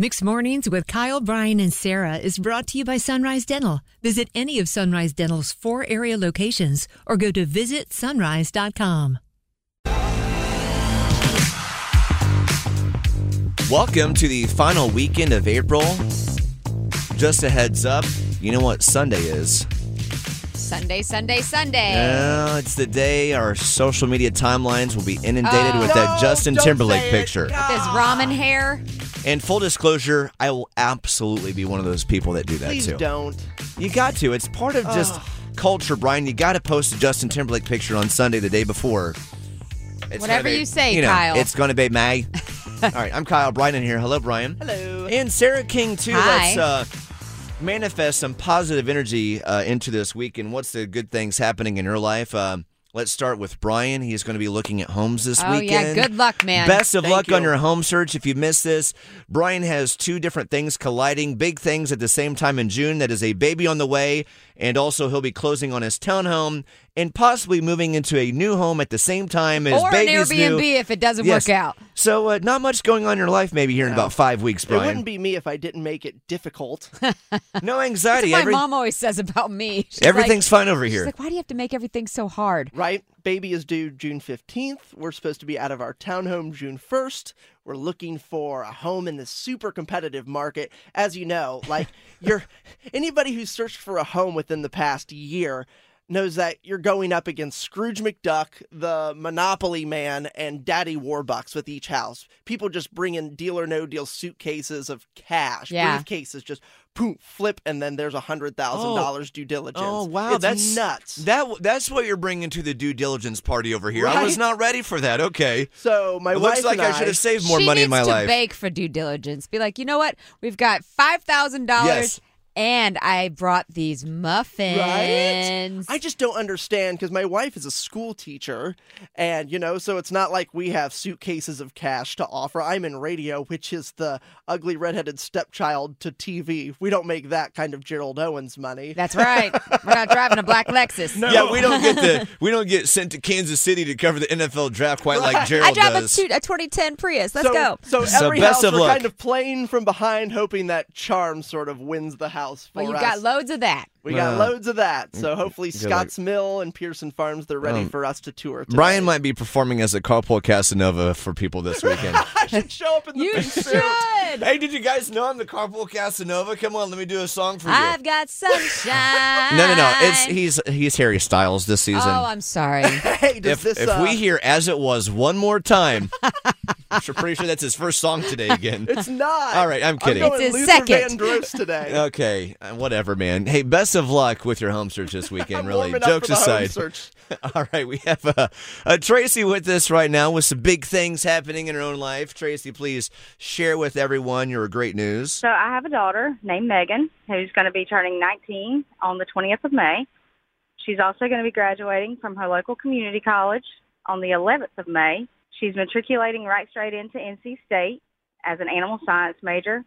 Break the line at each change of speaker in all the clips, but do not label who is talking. Mixed Mornings with Kyle, Brian, and Sarah is brought to you by Sunrise Dental. Visit any of Sunrise Dental's four area locations or go to visitsunrise.com.
Welcome to the final weekend of April. Just a heads up, you know what Sunday is?
Sunday, Sunday, Sunday.
Uh, it's the day our social media timelines will be inundated
Oh.
with that Justin
don't
Timberlake
say it.
picture.
No.
This
Ah.
ramen hair.
And full disclosure, I will absolutely be one of those people that do that
Please
too.
don't.
You got to. It's part of just culture, Brian. You got to post a Justin Timberlake picture on Sunday the day before. It's
Whatever
gonna be-
you say,
know,
Kyle.
It's going to be Mag. All right, I'm Kyle Brian in here. Hello, Brian.
Hello.
And Sarah King, too.
Hi.
Let's uh, manifest some positive energy uh, into this week. And what's the good things happening in your life? Um let's start with Brian. He's going to be looking at homes this
Oh, yeah.
weekend.
Good luck, man.
Best of
Thank
luck on
you.
your home search. If you missed this, Brian has two different things colliding, big things at the same time in June. That is a baby on the way, and also he'll be closing on his townhome and possibly moving into a new home at the same time as
Or an
baby's
Airbnb
new.
if it doesn't
Yes.
work out.
So uh, not much going on in your life maybe here in about five weeks,
It
Brian.
wouldn't be me if I didn't make it difficult.
no
That's
anxiety.
what my
Every-
mom always says about me. She's
everything's
like,
fine over here.
She's like, why do you have to make everything so hard?
right? Baby is due June 15th. We're supposed to be out of our townhome June 1st. We're looking for a home in the super competitive market. As you know, like you're anybody who's searched for a home within the past year knows that you're going up against Scrooge McDuck, the Monopoly Man, and Daddy Warbucks with each house. People just bring in deal or no deal suitcases of cash,
Yeah.
briefcases just poof, flip, and then there's a hundred thousand dollars due diligence.
Oh wow,
It's
that's
nuts.
That that's what you're bringing to the due diligence party over here. I was
Right?
not ready for that. Okay,
So my
it
wife
looks like
and
I should have saved more
she
money
needs
in my
to
life.
beg for due diligence. Be like, you know what? We've got five thousand
Yes.
dollars, and I brought these muffins.
Right? I just don't understand because my wife is a school teacher, and you know, so it's not like we have suitcases of cash to offer. I'm in radio, which is the ugly redheaded stepchild to TV. We don't make that kind of Gerald Owens money.
That's right. We're not driving a black Lexus.
Yeah, we don't get the we don't get sent to Kansas City to cover the NFL draft quite like
I
Gerald
drive a,
does.
two, a 2010 Prius. Let's
so,
go.
So
So
every
best
house
of
we're
luck.
kind of playing from behind, hoping that charm sort of wins the house for
Well, you
us.
got loads of that.
we got
Uh,
loads of that. So hopefully
good luck.
Scotts Mill and Pearson Farms they're ready for us to tour. Today.
um, Brian might be performing as a carpool Casanova for people this weekend.
I should show up in the
You
big suit.
should.
hey, did you guys know I'm the carpool Casanova? Come on, let me do a song for you.
I've got sunshine.
no, no, no. It's he's he's Harry Styles this
Oh,
season.
I'm sorry.
Hey, does
if
this
if
uh,
we hear "As It Was" one more time, I'm sure- pretty sure that's his first song today again.
It's not.
All right, I'm kidding.
I'm going
It's his
Luther
second.
Vandross today.
Okay, uh, whatever, man. Hey, best of luck with your home search this weekend.
I'm
really,
warming up
jokes
for the home
aside.
search.
All right, we have uh, uh, Tracy with us right now with some big things happening in her own life. Tracy, please share with everyone your great news.
So I have a daughter named Megan who's going to be turning 19 on the 20th of May. She's also going to be graduating from her local community college on the 11th of May. She's matriculating right straight into NC State as an animal science major.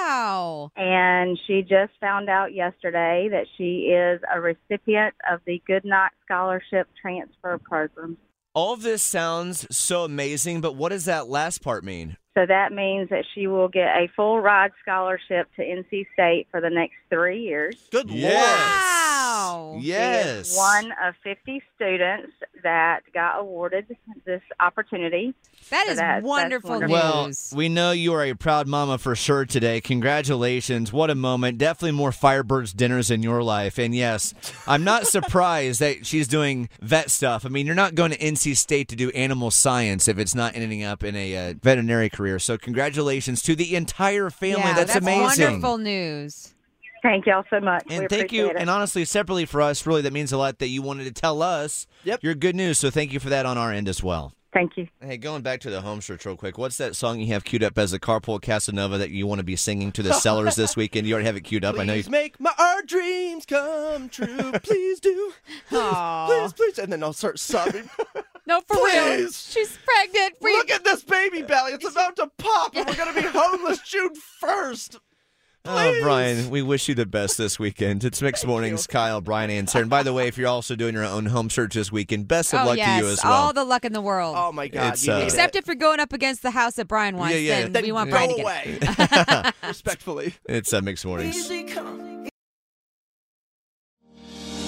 wow.
And she just found out yesterday that she is a recipient of the Good Night Scholarship Transfer Program.
All of this sounds so amazing, but what does that last part mean?
So that means that she will get a full ride scholarship to NC State for the next three years.
Good
Wow.
lord!
She
Yes,
She is one of 50 students that got awarded this opportunity.
That is
That- that's
wonderful
wonderful.
Well,
news.
we know you are a proud mama for sure today. Congratulations. What a moment. Definitely more Firebirds dinners in your life. And yes, I'm not surprised that she's doing vet stuff. I mean, you're not going to NC State to do animal science if it's not ending up in a uh, veterinary career. So, congratulations to the entire family.
yeah,
that's, amazing.
Wonderful news.
Thank y'all so much. we
And thank you.
appreciate It.
And honestly, separately for us, really, that means a lot that you wanted to tell us
Yep.
your good news. So, thank you for that on our end as well.
Thank you.
Hey, going back to the home search real quick. What's that song you have queued up as a carpool Casanova that you want to be singing to the sellers this weekend? You already have it queued up. I know. You,
Please make my our dreams come true. Please do.
Aw.
Please, please. And then I'll start sobbing.
No, for real.
Please.
She's pregnant. We-
Look at this baby belly. It's about to pop, and we're going to be homeless June 1st.
Oh, Brian, we wish you the best this weekend. It's Mixed Mornings, Kyle, Brian, and Sarah. And by the way, if you're also doing your own home search this weekend, best of
oh
luck
yes,
to you as well.
all the luck in the world.
Oh my God!
It's,
you
uh,
need
Except
it.
if you're going up against the house that Brian wants,
yeah.
then,
Then
we want
go
Brian to get it.
away. Respectfully.
it's uh, Mixed Mornings.